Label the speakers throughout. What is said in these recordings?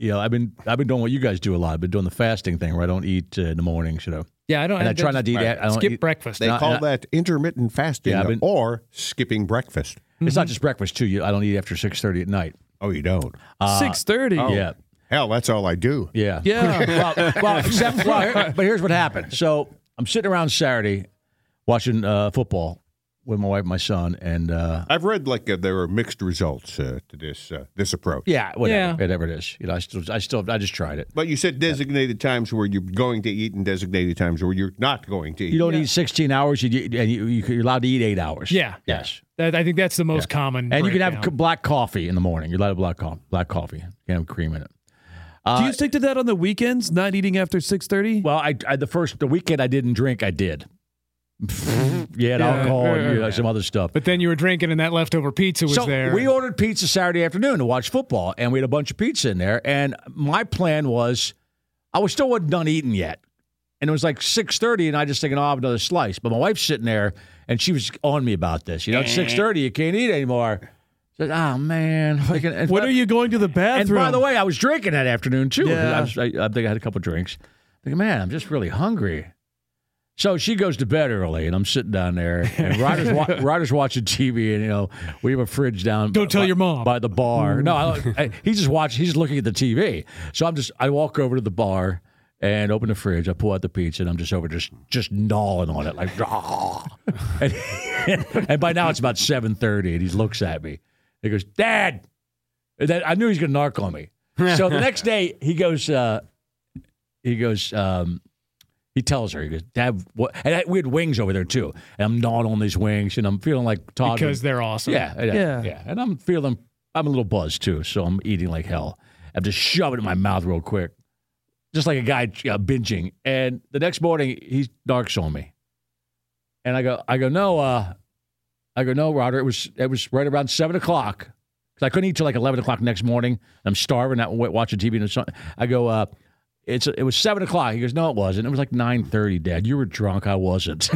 Speaker 1: Yeah, I've been I've been doing what you guys do a lot. I've been doing the fasting thing where I don't eat uh, in the mornings, you know.
Speaker 2: Yeah, I don't.
Speaker 1: And I try
Speaker 2: just-
Speaker 1: not to eat.
Speaker 2: all right,
Speaker 1: I don't
Speaker 2: skip
Speaker 1: eat-
Speaker 2: breakfast.
Speaker 3: They
Speaker 1: Not-
Speaker 3: call
Speaker 1: not-
Speaker 3: that intermittent fasting
Speaker 1: Yeah, I've been-
Speaker 3: or skipping breakfast.
Speaker 1: It's
Speaker 2: Mm-hmm.
Speaker 1: not just breakfast too. You, I don't eat after six thirty at night.
Speaker 3: Oh, you don't.
Speaker 1: uh,
Speaker 2: Six thirty.
Speaker 1: Yeah.
Speaker 3: Hell, that's all I do.
Speaker 1: Yeah.
Speaker 2: Oh. Yeah.
Speaker 1: well, well, except, well, here- but here's what happened. So I'm sitting around Saturday watching uh, football with my wife and my son, and uh,
Speaker 3: I've read like uh, there are mixed results uh, to this uh, this approach.
Speaker 1: yeah, whatever,
Speaker 2: Yeah.
Speaker 1: whatever it is. You know, I still, I still, I just tried it.
Speaker 3: But you said designated times where you're going to eat and designated times where you're not going to eat.
Speaker 1: You don't eat 16 hours, you, you- and you, you're allowed to eat eight hours.
Speaker 2: Yeah.
Speaker 1: Yes.
Speaker 2: That, I think that's the most common.
Speaker 1: And you can have
Speaker 2: breakdown.
Speaker 1: c- black coffee in the morning. You're allowed to black, co- black coffee. You can have cream in it.
Speaker 4: Do you stick to that on the weekends? Not eating after six thirty?
Speaker 1: Well, I, I the first the weekend I didn't drink, I did. yeah, and alcohol and you know, some other stuff.
Speaker 2: But then you were drinking, and that leftover pizza was
Speaker 1: so
Speaker 2: there.
Speaker 1: we ordered pizza Saturday afternoon to watch football, and we had a bunch of pizza in there. And my plan was, I was still wasn't done eating yet, and it was like six thirty, and I just thinking, oh, I'll have another slice. But my wife's sitting there, and she was on me about this. You know, it's six thirty, you can't eat anymore. I said, oh man, Like, and- and-
Speaker 4: When are you going to the
Speaker 1: and
Speaker 4: bathroom?
Speaker 1: by the way, I was drinking that afternoon too.
Speaker 4: Yeah.
Speaker 1: I, was- I, I think I had a couple drinks. Thinking, man, I'm just really hungry. So she goes to bed early, and I'm sitting down there, and Ryder's, wa- Ryder's watching TV, and you know we have a fridge down.
Speaker 2: Go tell
Speaker 1: by-
Speaker 2: your mom.
Speaker 1: by the bar. No, I, I, he's just watching. He's looking at the TV. So I'm just. I walk over to the bar and open the fridge. I pull out the pizza, and I'm just over just just gnawing on it like. "Ah." and, and by now it's about seven thirty, and he looks at me. He goes, "Dad," And then I knew he was going to narc on me. So the next day he goes, uh, he goes, um, he tells her, he goes, Dad, what? And I, we had wings over there too, and I'm gnawing on these wings, and I'm feeling like Todd.
Speaker 2: because they're awesome.
Speaker 1: yeah, yeah, yeah,
Speaker 4: Yeah.
Speaker 1: And I'm feeling, I'm a little buzzed too, so I'm eating like hell. I'm just shoving it in my mouth real quick, just like a guy uh, binging. And the next morning he narcs on me, and I go, I go, no, uh, I go, no, Roger, it was it was right around seven o'clock 'Cause I couldn't eat till like eleven o'clock next morning. I'm starving, out wa- watching TV and so I go, uh, it's it was seven o'clock. He goes, no, it wasn't. It was like nine thirty, Dad. You were drunk. I wasn't.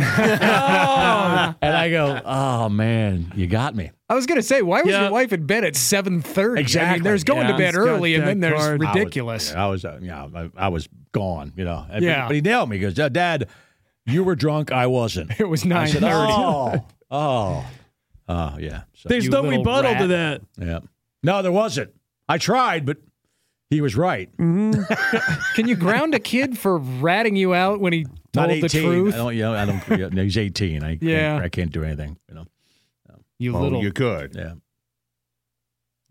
Speaker 1: and I go, oh man, you got me.
Speaker 2: I was gonna say, why was
Speaker 4: Yeah.
Speaker 2: your wife in bed at seven thirty? I
Speaker 1: Exactly.
Speaker 2: mean, there's going
Speaker 4: Yeah,
Speaker 2: to bed
Speaker 4: it's got
Speaker 2: early, and
Speaker 4: that
Speaker 2: then there's
Speaker 4: card. I was-
Speaker 2: ridiculous.
Speaker 1: I was, uh, yeah, I, I was gone. You know. And-
Speaker 2: Yeah.
Speaker 1: But he nailed me. He goes, Dad, you were drunk. I wasn't.
Speaker 2: It was nine
Speaker 1: I said,
Speaker 2: thirty.
Speaker 1: oh, oh, oh, yeah. So,
Speaker 4: there's
Speaker 2: You
Speaker 4: no
Speaker 2: little
Speaker 4: rebuttal
Speaker 2: rat.
Speaker 4: to that.
Speaker 1: yeah. No, there wasn't. I tried, but he was right.
Speaker 2: Can you ground a kid for ratting you out when he
Speaker 1: Not
Speaker 2: told
Speaker 1: 18.
Speaker 2: the truth?
Speaker 1: I don't. You know, I don't. yeah, no, he's 18. I
Speaker 2: Yeah.
Speaker 1: Can't, I can't do anything. You know.
Speaker 2: You
Speaker 3: Oh,
Speaker 2: little.
Speaker 3: you could.
Speaker 1: Yeah.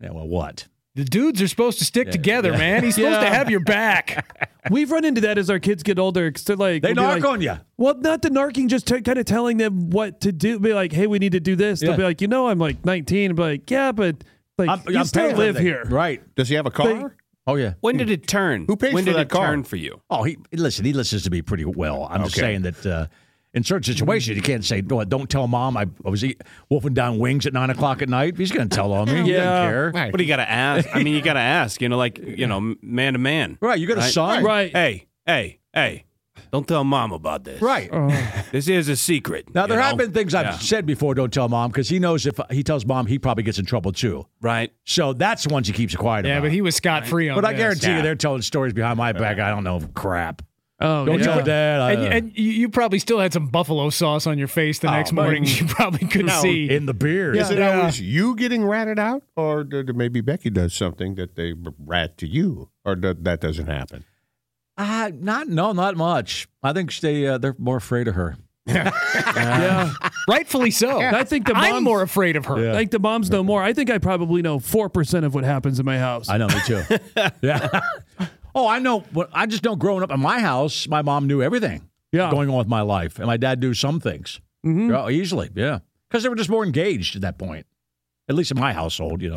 Speaker 1: Yeah. Well, what?
Speaker 2: The dudes are supposed to stick
Speaker 1: Yeah.
Speaker 2: together, man. He's supposed to
Speaker 4: Yeah.
Speaker 2: have your back.
Speaker 4: We've run into that as our kids get older. 'cause they're like,
Speaker 1: They
Speaker 4: we'll be
Speaker 1: knock
Speaker 4: like-
Speaker 1: on you.
Speaker 4: Well, not the narking, just t- kind of telling them what to do. Be like, hey, we need to do this.
Speaker 1: Yeah.
Speaker 4: They'll be like, you know, I'm like 19. i be like, yeah, but like
Speaker 1: I'm,
Speaker 4: you
Speaker 1: I'm
Speaker 4: still
Speaker 1: paying
Speaker 4: live
Speaker 1: everything.
Speaker 4: here.
Speaker 1: Right.
Speaker 3: Does he have a car?
Speaker 1: Oh yeah.
Speaker 5: When did it turn?
Speaker 3: Who pays
Speaker 5: when
Speaker 3: for
Speaker 5: did
Speaker 3: that
Speaker 5: it
Speaker 3: car?
Speaker 5: turn for you?
Speaker 1: Oh, he listen. He listens to me pretty well. I'm just
Speaker 3: Okay.
Speaker 1: saying that uh, in certain situations, you can't say, "No, don't tell mom I, I was eat, wolfing down wings at nine o'clock at night." He's going to tell on me. He doesn't
Speaker 4: Yeah.
Speaker 1: care.
Speaker 5: But you got to ask. I mean, you got to ask. You know, like you know, m- man to man.
Speaker 1: Right, you got a son.
Speaker 4: Right.
Speaker 5: Hey, hey, hey! Don't tell mom about this.
Speaker 1: Right.
Speaker 5: This is a secret.
Speaker 1: Now there
Speaker 5: you
Speaker 1: have
Speaker 5: know?
Speaker 1: been things I've
Speaker 5: Yeah.
Speaker 1: said before. Don't tell mom because he knows if he tells mom, he probably gets in trouble too.
Speaker 5: Right.
Speaker 1: So that's the ones he keeps quiet
Speaker 2: yeah,
Speaker 1: about.
Speaker 2: but he was scot free on
Speaker 1: But I
Speaker 2: this.
Speaker 1: guarantee
Speaker 5: Yeah.
Speaker 1: you, they're telling stories behind my back. I don't know crap.
Speaker 4: Oh,
Speaker 1: Don't
Speaker 4: yeah.
Speaker 1: tell dad. uh, I,
Speaker 2: And, and you, you probably still had some buffalo sauce on your face
Speaker 1: Oh,
Speaker 2: the next morning. You probably couldn't see.
Speaker 1: in the beard.
Speaker 3: Is it always you getting ratted out, or d- d- maybe Becky does something that they b- rat to you, or d- that doesn't happen?
Speaker 1: Uh, not no, not much. I think they uh, they're more afraid of her.
Speaker 4: yeah.
Speaker 2: Rightfully so.
Speaker 4: I think the
Speaker 2: I'm
Speaker 4: moms-
Speaker 2: more afraid of her.
Speaker 1: Yeah.
Speaker 4: Like the moms know more. I think I probably know four percent of what happens in my house.
Speaker 1: I know, me too. yeah. Oh, I know. But I just know. Growing up in my house, my mom knew everything
Speaker 4: Yeah.
Speaker 1: going on with my life, and my dad knew some things
Speaker 2: Mm-hmm.
Speaker 1: Yeah, easily. Yeah, because they were just more engaged at that point. At least in my household, you know.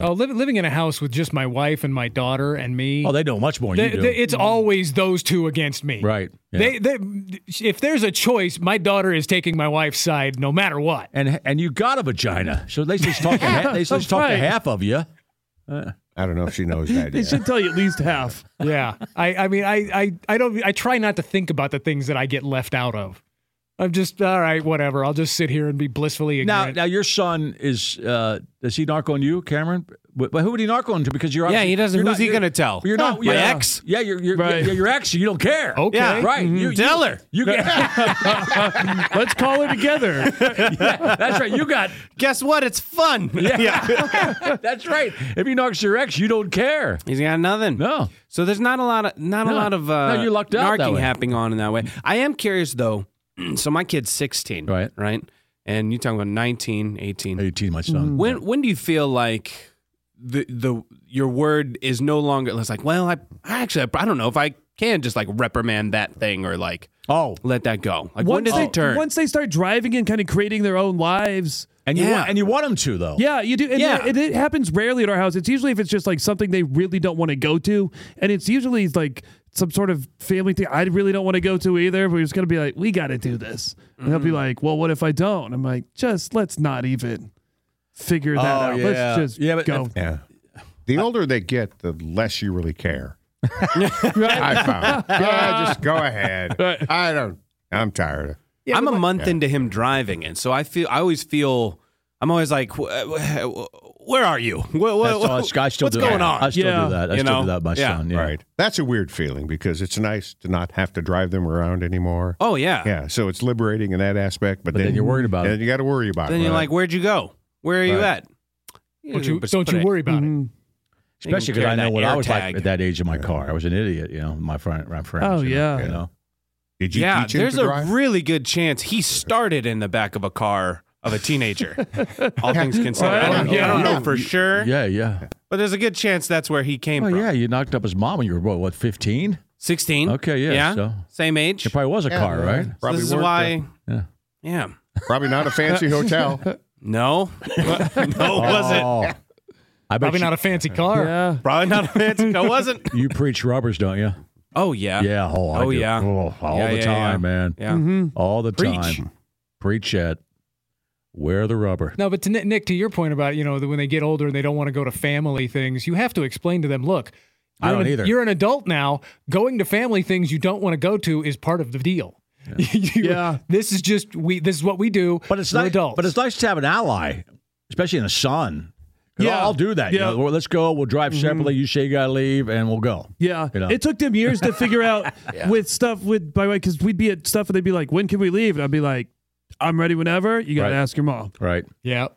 Speaker 2: Oh, li- living in a house with just my wife and my daughter and me.
Speaker 1: Oh, they know much more than
Speaker 2: They-
Speaker 1: you do.
Speaker 2: they- it's always those two against me.
Speaker 1: right. Yeah.
Speaker 2: They, they, if there's a choice, my daughter is taking my wife's side no matter what.
Speaker 1: and and you got a vagina, so they just talk. to ha- they just
Speaker 4: That's
Speaker 1: talk to
Speaker 4: right.
Speaker 1: half of you.
Speaker 3: I don't know if she knows that.
Speaker 4: They
Speaker 3: yet.
Speaker 4: should tell you at least half.
Speaker 2: Yeah. I, I mean, I, I, I don't, I try not to think about the things that I get left out of. I'm just, all right, whatever. I'll just sit here and be blissfully
Speaker 1: Now,
Speaker 2: ignorant.
Speaker 1: now your son is uh, does he narc on you, Cameron? But, but who would he narc on to? Because you're
Speaker 5: Yeah,
Speaker 1: obviously-
Speaker 5: he doesn't.
Speaker 1: You're
Speaker 5: Who's
Speaker 1: not-
Speaker 5: he
Speaker 1: you're-
Speaker 5: going to tell?
Speaker 1: You're not
Speaker 5: my
Speaker 1: yeah.
Speaker 5: ex.
Speaker 1: Yeah, you're, you're,
Speaker 4: Right.
Speaker 1: yeah, your ex. You don't care.
Speaker 2: Okay.
Speaker 5: Yeah.
Speaker 1: right.
Speaker 5: Mhm.
Speaker 1: You, you-
Speaker 5: Tell her.
Speaker 1: You got,
Speaker 4: Let's call her together.
Speaker 1: that's right. You got.
Speaker 5: Guess what? It's fun. Yeah.
Speaker 1: That's right. If he narcs your ex, you don't care.
Speaker 5: He's got nothing.
Speaker 1: No.
Speaker 5: So there's not a lot of not
Speaker 1: No.
Speaker 5: a lot of uh,
Speaker 1: No, you're lucked out that
Speaker 5: narking
Speaker 1: way.
Speaker 5: happening on in that way. I am curious though. so my kid's 16,
Speaker 1: Right.
Speaker 5: Right. And you're talking about 19, 18.
Speaker 1: Eighteen, my son.
Speaker 5: When when do you feel like the the your word is no longer it's like well I, I actually I don't know if I can just like reprimand that thing or like
Speaker 1: Oh,
Speaker 5: let that go like when does
Speaker 4: they,
Speaker 5: it turn
Speaker 4: Once they start driving and kind of creating their own lives.
Speaker 1: and you
Speaker 5: Yeah.
Speaker 1: want, and you want him to though.
Speaker 4: Yeah, you do. And
Speaker 5: Yeah.
Speaker 4: It, it happens rarely at our house. It's usually if it's just like something they really don't want to go to. And it's usually like some sort of family thing I really don't want to go to either. But it's going to be like, we got to do this. And they'll be
Speaker 1: Mm-hmm.
Speaker 4: like, well, what if I don't? I'm like, just let's not even figure that
Speaker 1: Oh,
Speaker 4: out.
Speaker 1: yeah.
Speaker 4: Let's just
Speaker 1: Yeah, but
Speaker 4: go.
Speaker 1: if-
Speaker 3: Yeah. The older they get, the less you really care. I found. Yeah, just go ahead. I don't. I'm tired.
Speaker 5: I'm a month into him driving and so I feel I always feel I'm always like "Wh- wh- where are you Wh- wh-
Speaker 1: That's all,
Speaker 5: wh-
Speaker 1: I still
Speaker 5: what's
Speaker 1: do
Speaker 5: going
Speaker 1: that.
Speaker 5: on
Speaker 1: I still
Speaker 4: Yeah.
Speaker 1: do that. I
Speaker 5: You
Speaker 1: still do
Speaker 5: know?
Speaker 1: that. My
Speaker 5: Yeah.
Speaker 1: son. Yeah.
Speaker 3: Right. That's a weird feeling because it's nice to not have to drive them around anymore.
Speaker 5: oh yeah,
Speaker 3: Yeah, so it's liberating in that aspect, but,
Speaker 1: But then you're worried about
Speaker 3: then
Speaker 1: it.
Speaker 3: you got to worry about
Speaker 5: then
Speaker 3: it.
Speaker 5: you're
Speaker 3: right?
Speaker 5: like where'd you go where are you
Speaker 3: Right.
Speaker 5: at
Speaker 2: don't you,
Speaker 5: Just
Speaker 2: don't you
Speaker 5: put it-
Speaker 2: worry about it.
Speaker 4: Mhm.
Speaker 1: Especially
Speaker 5: They
Speaker 1: because
Speaker 5: don't
Speaker 1: I
Speaker 5: care
Speaker 1: know
Speaker 5: that
Speaker 1: what I was like
Speaker 5: AirTag.
Speaker 1: at that age of my car. I was an idiot, you know. My friend, my friends.
Speaker 4: Oh,
Speaker 1: you know,
Speaker 4: yeah.
Speaker 1: you know.
Speaker 3: Did you
Speaker 5: yeah,
Speaker 3: teach him
Speaker 5: there's
Speaker 3: to
Speaker 5: a
Speaker 3: drive?
Speaker 5: really good chance he started in the back of a car of a teenager. all things considered, I don't,
Speaker 3: Yeah.
Speaker 5: I don't
Speaker 3: Yeah.
Speaker 5: know for sure,
Speaker 1: Yeah, yeah.
Speaker 5: but there's a good chance that's where he came
Speaker 1: Oh,
Speaker 5: from.
Speaker 1: yeah. You knocked up his mom when you were what, what, fifteen?
Speaker 5: sixteen.
Speaker 1: Okay, yeah,
Speaker 5: yeah,
Speaker 1: so-
Speaker 5: same age.
Speaker 1: It probably was a
Speaker 3: Yeah,
Speaker 1: car,
Speaker 3: yeah.
Speaker 1: right?
Speaker 5: So
Speaker 3: Probably
Speaker 5: this is
Speaker 3: worked
Speaker 5: why.
Speaker 1: Yeah.
Speaker 5: Yeah.
Speaker 3: it. Probably not a fancy hotel.
Speaker 5: No, no, it wasn't.
Speaker 1: Oh. I bet
Speaker 2: Probably
Speaker 1: you,
Speaker 2: not a fancy car.
Speaker 4: Yeah.
Speaker 5: Probably not a fancy. It wasn't.
Speaker 1: you preach rubbers, don't you?
Speaker 5: Oh yeah.
Speaker 1: Yeah. Oh, I
Speaker 5: Oh,
Speaker 1: do.
Speaker 5: yeah.
Speaker 1: Oh, all
Speaker 5: Yeah,
Speaker 1: the
Speaker 5: yeah,
Speaker 1: time,
Speaker 5: yeah.
Speaker 1: man.
Speaker 5: Yeah.
Speaker 3: Mm-hmm.
Speaker 1: All the
Speaker 5: Preach.
Speaker 1: time. Preach it. Wear the rubber.
Speaker 2: No, but to Nick, Nick, to your point about you know that when they get older and they don't want to go to family things, you have to explain to them. Look,
Speaker 1: I
Speaker 2: you're
Speaker 1: don't
Speaker 2: an,
Speaker 1: either.
Speaker 2: You're an adult now. Going to family things you don't want to go to is part of the deal. You-
Speaker 4: Yeah.
Speaker 2: this is just we. This is what we do.
Speaker 1: But it's
Speaker 2: We're
Speaker 1: nice.
Speaker 2: adults.
Speaker 1: But it's nice to have an ally, especially in a son. Yeah,
Speaker 4: Yeah.
Speaker 1: I'll, I'll do that.
Speaker 4: Yeah.
Speaker 1: You know, well, let's go. We'll drive
Speaker 5: Mm-hmm.
Speaker 1: separately. You say you gotta leave, and we'll go.
Speaker 4: Yeah,
Speaker 1: You know?
Speaker 4: it took them years to figure out with stuff with by the way because we'd be at stuff and they'd be like, "When can we leave?" And I'd be like, "I'm ready whenever." You gotta
Speaker 1: Right.
Speaker 4: ask your mom.
Speaker 1: Right.
Speaker 2: yeah.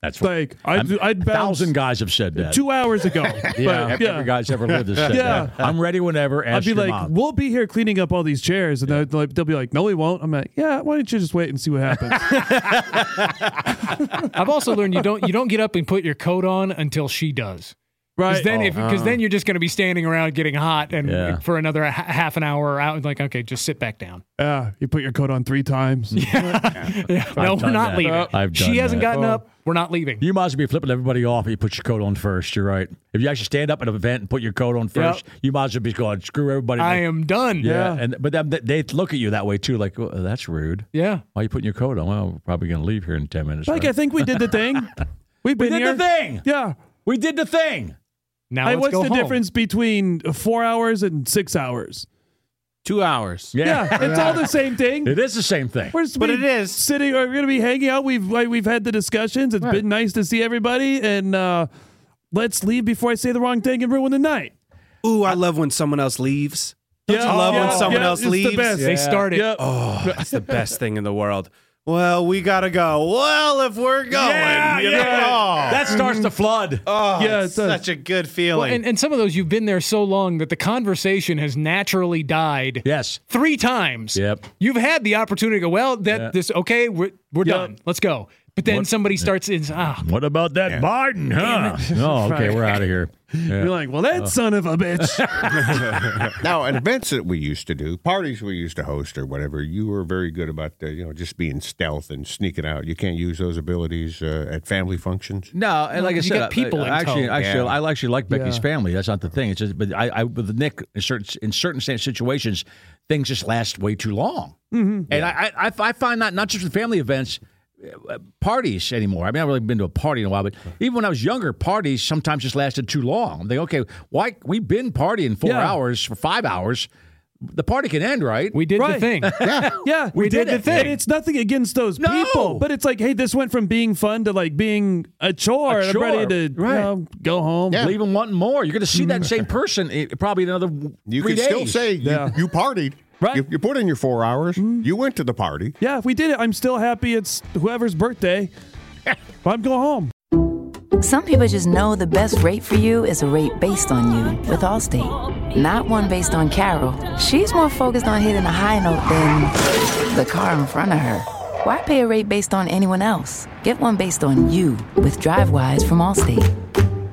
Speaker 1: That's what.
Speaker 4: Like I'd,
Speaker 1: I'm-
Speaker 4: I'd bounce
Speaker 1: thousand guys have said that.
Speaker 4: two hours ago.
Speaker 1: yeah,
Speaker 4: but,
Speaker 1: every
Speaker 4: yeah.
Speaker 1: guy's ever lived has said
Speaker 4: Yeah.
Speaker 1: that. I'm ready whenever. Ask
Speaker 4: I'd be
Speaker 1: your
Speaker 4: like,
Speaker 1: mom.
Speaker 4: "We'll be here cleaning up all these chairs," and they'll- they'll, they'll be like, "No, we won't." I'm like, "Yeah, why don't you just wait and see what happens?"
Speaker 2: I've also learned you don't you don't get up and put your coat on until she does. Because
Speaker 4: right?
Speaker 2: then, if because
Speaker 4: oh.
Speaker 2: then you're just going to be standing around uh, getting hot and
Speaker 1: Yeah.
Speaker 2: for another h- half an hour out. Like, okay, just sit back down.
Speaker 4: Yeah, you put your coat on three times.
Speaker 2: Yeah, no, we're
Speaker 1: done
Speaker 2: not
Speaker 1: that.
Speaker 2: leaving.
Speaker 1: I've done
Speaker 2: she hasn't
Speaker 1: that.
Speaker 2: gotten
Speaker 4: Oh.
Speaker 2: up. We're not leaving.
Speaker 1: You might as well be flipping everybody off. if You put your coat on first. You're right. If you actually stand up at an event and put your coat on first, you might as well be going screw everybody.
Speaker 2: I am done.
Speaker 1: Yeah. And but then they look at you that way too. Like "Oh, that's rude.
Speaker 2: Yeah.
Speaker 1: Why are you putting your coat on? Well, we're probably going to leave here in ten minutes.
Speaker 4: like
Speaker 1: right?
Speaker 4: I think we did the thing. We've been
Speaker 1: we did
Speaker 4: here.
Speaker 1: the thing.
Speaker 4: Yeah,
Speaker 1: We did the thing.
Speaker 2: Now
Speaker 4: Hey,
Speaker 2: let's
Speaker 4: what's
Speaker 2: go
Speaker 4: the
Speaker 2: home.
Speaker 4: difference between four hours and six hours?
Speaker 5: Two hours.
Speaker 4: Yeah, it's all the same thing.
Speaker 1: It is the same thing.
Speaker 4: We're just
Speaker 5: But
Speaker 4: be
Speaker 5: it is.
Speaker 4: sitting. We're going to be hanging out. We've like, we've had the discussions. It's been nice to see everybody, and uh, let's leave before I say the wrong thing and ruin the night.
Speaker 5: Ooh, I love when someone else leaves. Don't
Speaker 4: Yeah.
Speaker 5: you love when
Speaker 4: Yeah.
Speaker 5: someone
Speaker 4: Yeah.
Speaker 5: else
Speaker 4: It's the
Speaker 5: leaves?
Speaker 4: best.
Speaker 2: They started.
Speaker 4: Yep.
Speaker 5: Oh, it's the best thing in the world. Well, we gotta go. Well, if we're going, you know? Oh,
Speaker 1: That starts to flood.
Speaker 5: oh,
Speaker 4: Yeah,
Speaker 5: it's
Speaker 4: it does.
Speaker 5: such a good
Speaker 2: Well,
Speaker 5: feeling.
Speaker 2: and, and some of those you've been there so long that the conversation has naturally died
Speaker 1: yes.
Speaker 2: three times.
Speaker 1: Yep.
Speaker 2: You've had the opportunity to go, well, that
Speaker 1: Yeah.
Speaker 2: this okay, we're, we're
Speaker 4: Yeah.
Speaker 2: done. Let's go. But then somebody starts in, ah,
Speaker 1: What about that Biden, huh? No, okay, we're out of here.
Speaker 4: You're like, well, that son of a bitch.
Speaker 3: Now, at events that we used to do, parties we used to host or whatever, you were very good about the, you know just being stealth and sneaking out. You can't use those abilities uh, at family functions.
Speaker 1: No, and like I
Speaker 2: you
Speaker 1: said,
Speaker 2: get people
Speaker 1: I,
Speaker 2: in
Speaker 1: actually,
Speaker 2: tow.
Speaker 1: actually, I actually like Becky's
Speaker 4: Yeah.
Speaker 1: family. That's not the thing. It's just, but I, I with Nick in certain in certain sta- situations, things just last way too long. Mm-hmm. And I I, I, I find that not just with family events, uh, parties anymore. I mean, I've really been to a party in a while, but even when I was younger, parties sometimes just lasted too long. I'm thinking, okay, why we've been partying four
Speaker 4: Yeah.
Speaker 1: hours for five hours, the party can end, right?
Speaker 2: we did the
Speaker 4: Right.
Speaker 2: thing.
Speaker 4: yeah,
Speaker 1: We did
Speaker 4: the
Speaker 1: it.
Speaker 4: thing. And it's nothing against those
Speaker 1: No.
Speaker 4: people, but it's like, hey, this went from being fun to like being a chore.
Speaker 1: A
Speaker 4: and I'm ready to you
Speaker 1: chore, right.
Speaker 4: know, go home.
Speaker 1: leave them wanting more. You're going to see
Speaker 2: Mm-hmm.
Speaker 1: that same person eh, probably in another w-
Speaker 3: You
Speaker 1: three
Speaker 3: can still
Speaker 1: days. Hmm?
Speaker 3: say you,
Speaker 4: Yeah.
Speaker 3: you partied.
Speaker 4: Right.
Speaker 3: You, you put in your four hours. You went to the party.
Speaker 4: Yeah, if we did it, I'm still happy. It's whoever's birthday. I'm going home.
Speaker 6: Some people just know the best rate for you is a rate based on you with Allstate, not one based on Carol. She's more focused on hitting a high note than the car in front of her. Why pay a rate based on anyone else? Get one based on you with DriveWise from Allstate.